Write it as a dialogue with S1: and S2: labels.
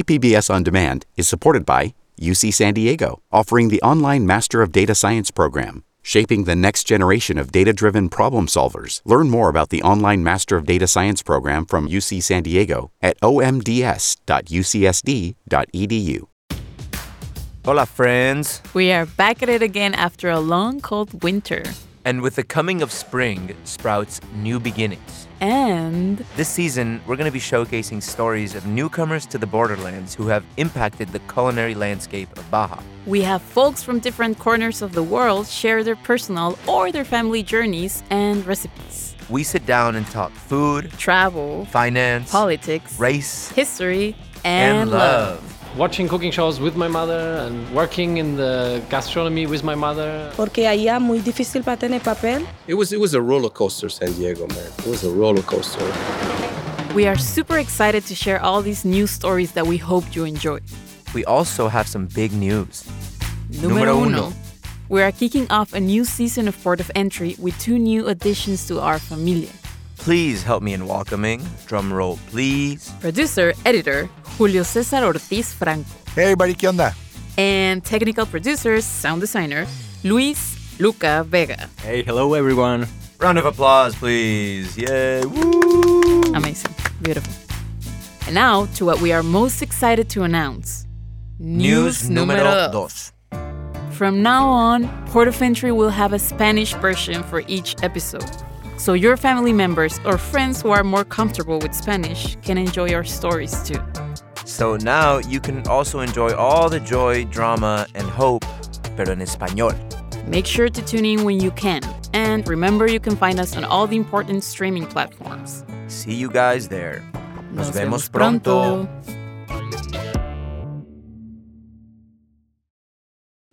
S1: KPBS On Demand is supported by UC San Diego, offering the online Master of Data Science program, shaping the next generation of data driven problem solvers. Learn more about the online Master of Data Science program from UC San Diego at omds.ucsd.edu.
S2: Hola, friends.
S3: We are back at it again after a long, cold winter.
S2: And with the coming of spring, sprouts new beginnings.
S3: And
S2: This season, we're going to be showcasing stories of newcomers to the borderlands who have impacted the culinary landscape of Baja.
S3: we have folks from different corners of the world share their personal or their family journeys and recipes,
S2: We sit down and talk food,
S3: travel,
S2: finance,
S3: politics,
S2: race,
S3: history, and,
S2: and, love.
S4: watching cooking shows with my mother and working in the gastronomy with my mother.
S5: porque allá muy difícil para tener papel.
S6: It was it was a roller coaster, San Diego, man. It was a roller coaster.
S3: We are super excited to share all these new stories that we hope you enjoy.
S2: We also have some big news.
S3: Numero
S2: Numero uno.
S3: uno. We are kicking off a new season of Port of Entry with two new additions to our familia.
S2: Please help me in welcoming. Drum roll, please.
S3: Producer, editor, Julio Cesar Ortiz Franco.
S7: Hey, everybody, ¿qué onda?
S3: and technical producers, sound designer, Luis Luca Vega.
S8: Hey, hello everyone.
S2: Round of applause, please. Yay. Woo.
S3: Amazing. Beautiful. And now to what we are most excited to announce.
S2: News numero
S3: dos.
S2: dos.
S3: From now on, Port of Entry will have a Spanish version for each episode. So your family members or friends who are more comfortable with Spanish can enjoy our stories too.
S2: So now you can also enjoy all the joy, drama, and hope, pero en español.
S3: Make sure to tune in when you can. And remember you can find us on all the important streaming platforms.
S2: See you guys there. Nos, vemos pronto.